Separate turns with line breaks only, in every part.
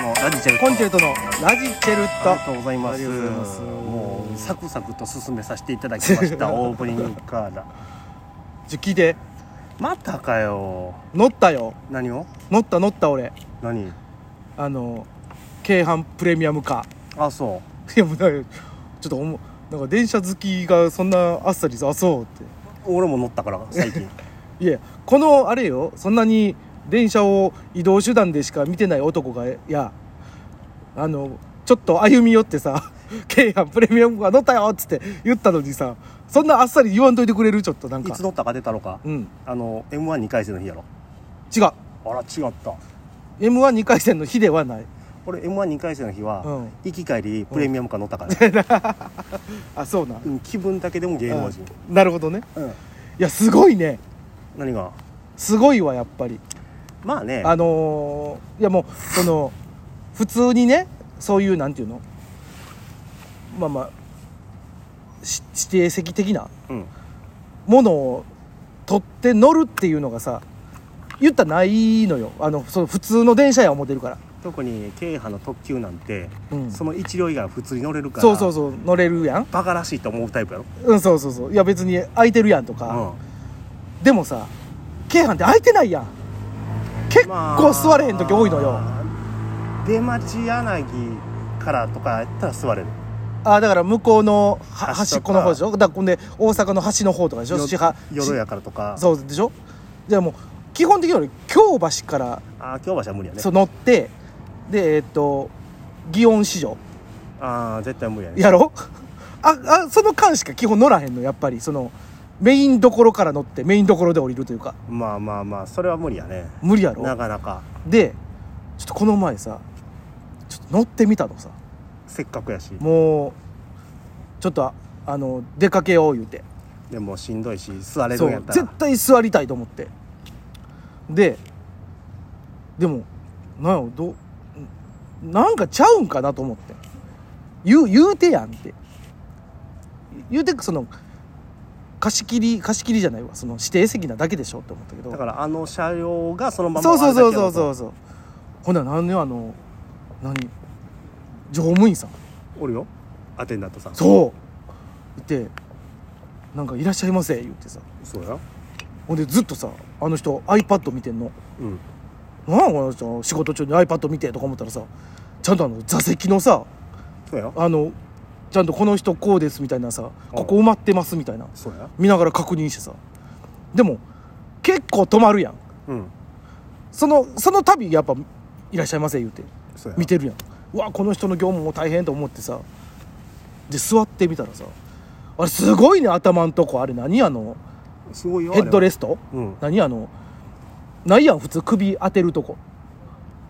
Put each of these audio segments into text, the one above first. のラジチェルト
コンチェルトのラジチェル
ありが
ト
とうございま
あ
す
りがとうございます
もうサクサクと進めさせていただきましたオープニングから
ちょ聞いて
またかよ
乗ったよ
何を
乗った乗った俺
何
あの京阪プレミアムカ
あそ
ーいやもうなんかちょっとおもなんか電車好きがそんなあっさりさあそうって
う俺も乗ったから最近
いやこのあれよそんなに電車を移動手段でしか見てない男がやあのちょっと歩み寄ってさ 「京阪プレミアムが乗ったよ」っつって言ったのにさそんなあっさり言わんといてくれるちょっとなん
い
か
つ乗ったか出たのか
うん
あの m 1 2回戦の日やろ
違う
あら違った
m 1 2回戦の日ではない
俺 m 1 2回戦の日は、
うん
行き帰りプレミアムカー乗った から、
あそうな
うん気分だけでも芸能人、
あなるほどね
うん、
いやすごいね
何が
すごいわやっぱり
まあね
あのーいやもうその普通にねそういうなんていうのまあまあし指定席的な
うん
ものを取って乗るっていうのがさ言ったらないのよあのその普通の電車や思ってるから、
特に京阪の特急なんて、
うん、
そ
そ
の一両以外は普通に乗れるから
うそうそう乗れるやん、
バカらしいと思うタイプやろ
うん、そうそうそういや別に空いてるやんとか、
う
でもさ京阪って空いてないやん結
ん
構座れへん時多いのよ、
出町柳からとかやったら座れる
あだから向こうのは
橋
端
とか
っこの方でしょだからほんで大阪の橋の方とかでしょ
よ
しは
夜やからとか
しそうでしょじゃあもう基本的には俺京橋から
ああ京橋は無理やね
そう乗ってでえっと祇園市場
ああ絶対無理やね
やろ ああその間しか基本乗らへんのやっぱりそのメインどころから乗ってメインどころで降りるというか
まあまあまあそれは無理やね
無理やろ
なかなか
でちょっとこの前さちょっと乗ってみたのさ
せっかくやし
もうちょっとああの出かけよう言うて
でもしんどいし座れる
そ
んやっ
う
たら
絶対座りたいと思ってででもなんやろどうなんかちゃうんかなと思って言う言うてやんって言うてその貸し切り貸し切りじゃないわその指定席なだけでしょって思ったけど
だからあの車両がそのまま
そうそうそうそう
あれ
そ
だ
うそうほんなら何よあの何乗務員さん
けやろとおるよアテンダントさん
そういてなんか「いらっしゃいませ」言ってさ
そうや
ほんでずっとさあの人 iPad 見てんの
うん
なんこの人仕事中に iPad 見てとか思ったらさちゃんとあの座席のさ
そうや
あのちゃんとこの人こうですみたいなさ
うん
ここ埋まってますみたいな
そうや
見ながら確認してさでも結構止まるやん
うん
そのその度やっぱ「いらっしゃいませ」言うて
そうや
見てるやんうわこの人の業務も大変と思ってさで座ってみたらさあれすごいね頭んとこあれ何あの
すごいよ
ヘッドレ
ス
スト
うん
何あのないやん普通首当てるとこ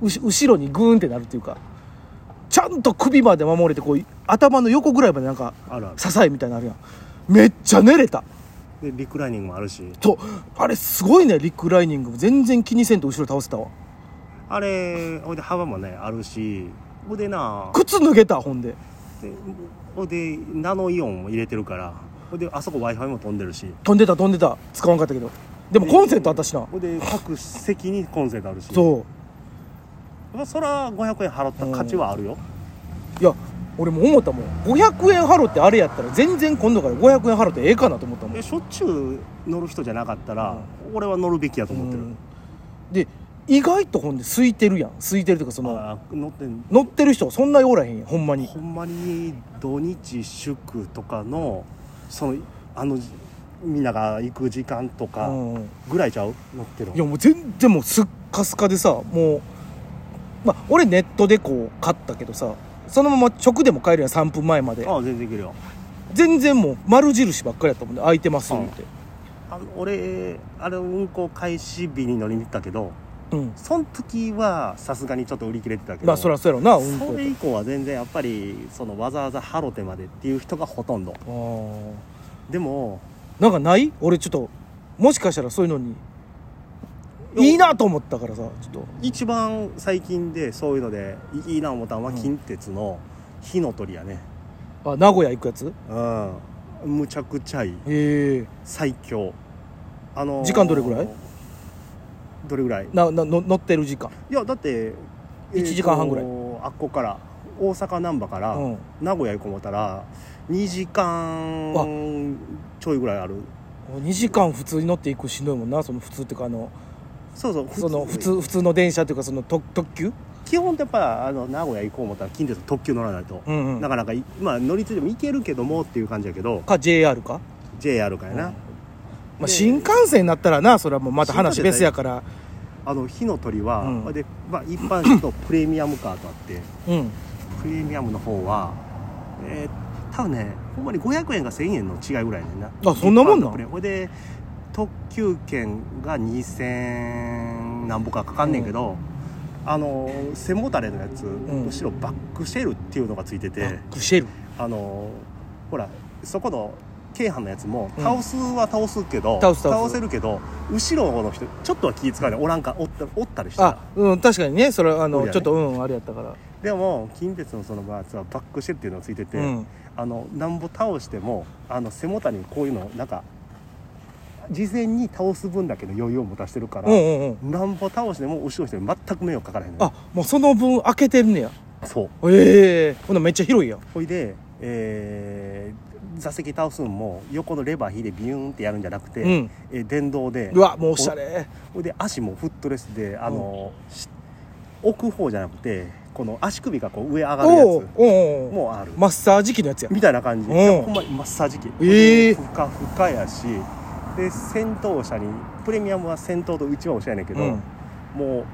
うし後ろにグーンってなるっていうかちゃんと首まで守れてこう頭の横ぐらいまでなんか
あるある
支えみたいになのあるやんめっちゃ寝れた
でリクライニングもあるし
とあれすごいねリクライニングも全然気にせんと後ろ倒せたわ
あれほいで幅もねあるしほいでな
靴脱げたほんで
でほいでナノイオンも入れてるからほいであそこ w i f i も飛んでるし
飛んでた飛んでた使わんかったけどでもコンセントあったしな
ほいで各席にコンセントあるし
そう
まあそら500円払った価値はあるよ
いや俺も思ったもん500円払ってあれやったら全然今度から500円払ってええかなと思ったもん
えしょっちゅう乗る人じゃなかったら俺は乗るべきやと思ってる
うんで意外とほんで空いてるやん空いてるというかその
あー乗ってん
乗ってる人そんなにおらへんやんほんまに
ほんまに土日祝とかのそのあのみんなが行く時間と
う
か
んうん
ぐらいちゃう乗ってる
いやもう全然もうすっかすかでさもうまあ俺ネットでこう買ったけどさそのまま直でも買えるやん3分前まで
ああ全然いけるよ
全然もう丸印ばっかりやったもんで空いてますよって
あの俺あれ運行開始日に乗りに行ったけど
うん
その時はさすがにちょっと売り切れてたけど
まあそりゃそうやろな運
そ
行
れ以降は全然やっぱりそのわざわざハロテまでっていう人がほとんど
あー
でも
なんかない俺ちょっともしかしたらそういうのにいいなと思ったからさちょっと
一番最近でそういうのでいいな思ったのは近鉄の火の鳥やね
あ名古屋行くやつ
うんむちゃくちゃいい
へえ
最強あのー
時間どれぐらい
どれぐらい
ななの乗ってる時間
いやだって
一時間半ぐらい
えーあっこから大阪難波から
うん
名古屋行こう思ったら2時間ちょいぐらいある
2時間普通に乗っていくしんどいもんなその普通っていうかあの
そうそう
その普通普通の電車っていうかその特特急
基本ってやっぱあの名古屋行こう思ったら近鉄特急乗らないと、
うんうん
なかなかいまあ乗り継いでも行けるけどもっていう感じやけど
か JR か、
JR かやな、
うんまあ、
で
新幹線になったらなそれはもうまた話別やから
あの火の鳥は、
うん
でまあ、一般車とプレミアムカーとあって
うん
プレミアムの方はえー、多分ねほんまに500円か1000円の違いぐらいやねんな
あそんなもん
一
なん
般とプレほいで特急券が2000何ぼかかかんねんけど、あの背もたれのやつ、
ん
後ろバックシェルっていうのがついてて
クシェル
あのほらそこの京阪のやつも
うん
倒すは倒すけど、
倒す倒す
せるけど後ろの人ちょっとは気使うねおらんかおったおったりした
あ
ら
うん確かにねそれはあの、
無理やね
ちょっとうんあれやったから
でも近鉄のそのバーツはバックシェルっていうのがついてて、
うん
あのなんぼ倒してもあの背もたれにこういうのなんか事前に倒す分だけの余裕を持たしてるから、
うんうんうん
なんぼ倒しても後ろの人に全く迷惑かからへんの
あ
よ
もうその分開けてるねや
そう
ええほんならめっちゃ広いやん
ほいで、えー座席倒すんも横のレバー引いてビューンってやるんじゃなくて、
うん
えー電動で
うわもうおしゃれ
ほいで足もフットレスであの、し置く方じゃなくてこの足首がこう上上がるや
おうおう
つ
おう
もある
マッサージ機のやつや
みたいな感じ
うん
でほんまにマッサージ機
ええ
ふかふかやしで先頭車にプレミアムは先頭とうちはおしゃやねんけど、
うん
もう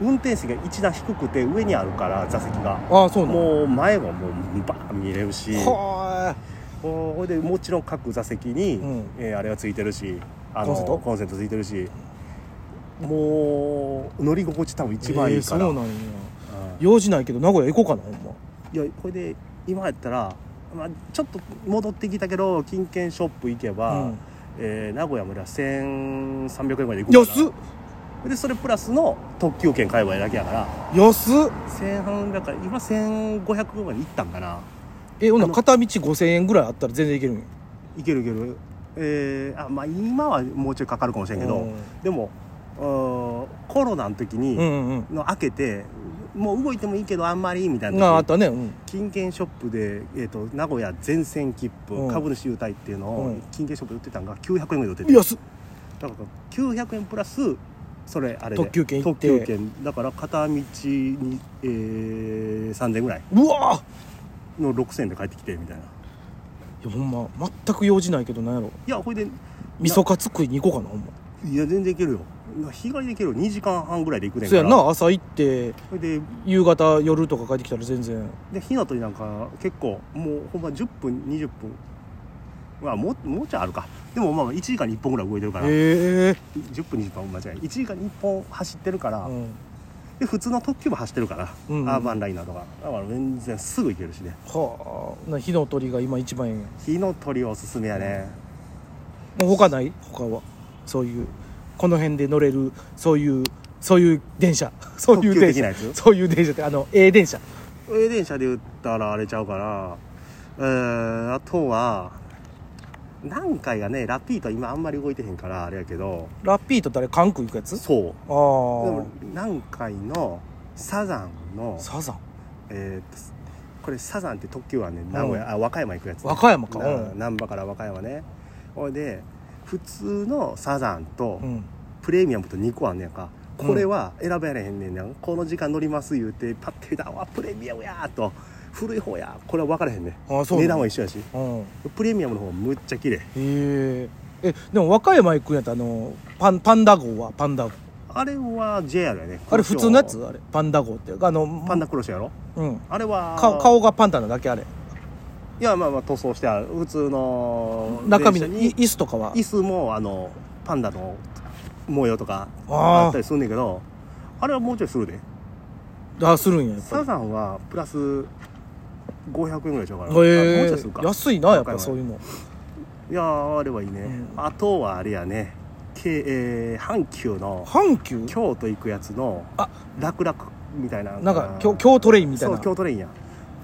運転席が一段低くて上にあるから座席が
ああそうなの
もう前ももうバーン見れるし
は
ほいでもちろん各座席に、
うん
えーあれはついてるしあ
コンセント
コンセントついてるしもう乗り心地多分
ー
一番いいから、
ええそうな
う
んや
ん
用事ないけど名古屋行こうかなほんま
いやこれで今やったら、まあ、ちょっと戻ってきたけど金券ショップ行けば、
うん
えー名古屋までは1300円ぐらいで行く
安っ
っでそれプラスの特急券買えばいいだけやから
安っ
1800だから今1500円まで行ったんかな
えほんなら
あの
片道5000円ぐらいあったら全然いけるんや
いけるいけるえーあまあ今はもうちょいかかるかもしれんけど、
うん
でもうーんコロナの時
うん
に、
うん
の開けてもう動いてもいいけどあんまりみた
う
い
んなああ
な
っ
時
たねうん
金券ショップで、えー、と名古屋全線切符、
うん
株主優待っていうの
う
を
ん
金券ショップで売ってたんが900円ぐらいで売ってて、だか
安っ
ら900円プラスそれあれで
特急券行って
特急券だから片道に、えー、3000ぐらいう
わー
の6000で帰ってきてみたいない
やほんま全く用事ないけどなんやろ
いやほいで
味噌カツ食いに行こうかなほんま
いや全然いけるよな日帰りでいけるよ2時間半ぐらいで行くねんか
そや
ら
んな朝行って
ほいで
夕方夜とか帰ってきたら全然
で火の鳥なんか結構もうほんま10分20分まあもうもうちょいあるかでもまあ1時間に1本ぐらい動いてるから
へえ
10分20分間違い1時間に1本走ってるから、
うん
で普通の特急も走ってるから、
うん
アーバンライナーとかだから全然すぐ行けるしね
はあな火の鳥が今一番ええんや
火の鳥おすすめやね、
もう他ない他はそういうこの辺で乗れるそういうそういう電車 そういう電
特急的な
車
やつ
そういう電車ってあの A 電車
上電車で言ったらあれちゃうからえー、あとは何回がねラピート今あんまり動いてへんからあれやけど
ラッピーと誰関空行くやつあ
そう
あ
でも
ー
何回のサザンの
サザン
えーっとこれサザンって特急はね名古屋、あ和歌山行くやつ、
和歌山か
な
うん
難波から和歌山ねほいで普通のサザンと
うん
プレミアムと2個あんねやんかこれは選べられへんねんな、この時間乗ります言うてパッて見たらうわプレミアムやーと古い方やこれは分からへんね
あーそう
値
な
段
の
は一緒やし
うんへ
プレミアムの方むっちゃ綺麗
ええでも和歌山行くんやったらあのパンパンダ号はパンダ号
あれは JR やね
あれ普通のやつあれパンダ号ってあの
パンダクロスやろ
うん
あれは
か顔がパンダなだけあれ
いやまあまあ塗装してある普通の
中身の
電車
い
に
椅子とかは
椅子もあのパンダの模様とか
あー
あったりするんだけどあれはもうちょいするで
あするんややっぱ
サザンはプラス500円ぐらいちゃうから、あもう
へ
ちょ
え
いするか
安いなやっ
わ
ぱ
かん
そういうの
いやーあれはいいね、
うん
あとはあれやね、けえー阪急の
阪急
京都行くやつの
あ
楽々みたいな
なんか京京トレインみたいな
そう京都レインや、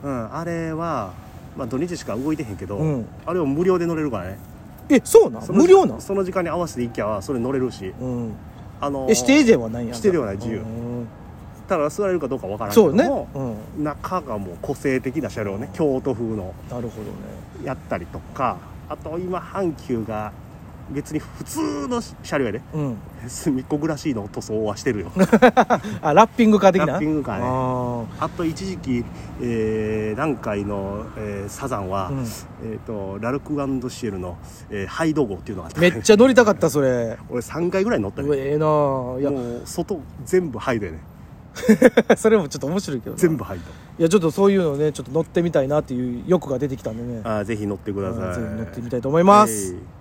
うん、あれは、まあ、土日しか動いてへんけど、
うん
あれを無料で乗れるからね
えそうなん
その
無料なん
その時間に合わせて行きゃそれ乗れるし
うん
あの
え指定税はないんや
指定ではない自由
うん
ったら座れるかどうかわからんけ
そ
ど
うね、
も、
うん、
中がもう個性的な車両ね京都風の
なるほどね
やったりとかあと今阪急が別に普通の車両やで
うん
隅っこ暮らしいの塗装はしてる よ
あラッピングカー的な
ラッピングカーね
あ
あと一時期、えー、南海の、えーサザンは、
うん
えー、とラルクシエルの、えーハイド号っていうのがあっ
ー
た
めっちゃ乗りたかったそれ
俺3回ぐらい乗った
うわ
ね
ええなあいや
もう外全部ハイドやね
それもちょっと面白いけどな
全部ハイ
いやちょっとそういうのねちょっと乗ってみたいなっていう欲が出てきたんでね
ドあーぜひ乗ってください
うんぜひ乗ってみたいと思います、
えー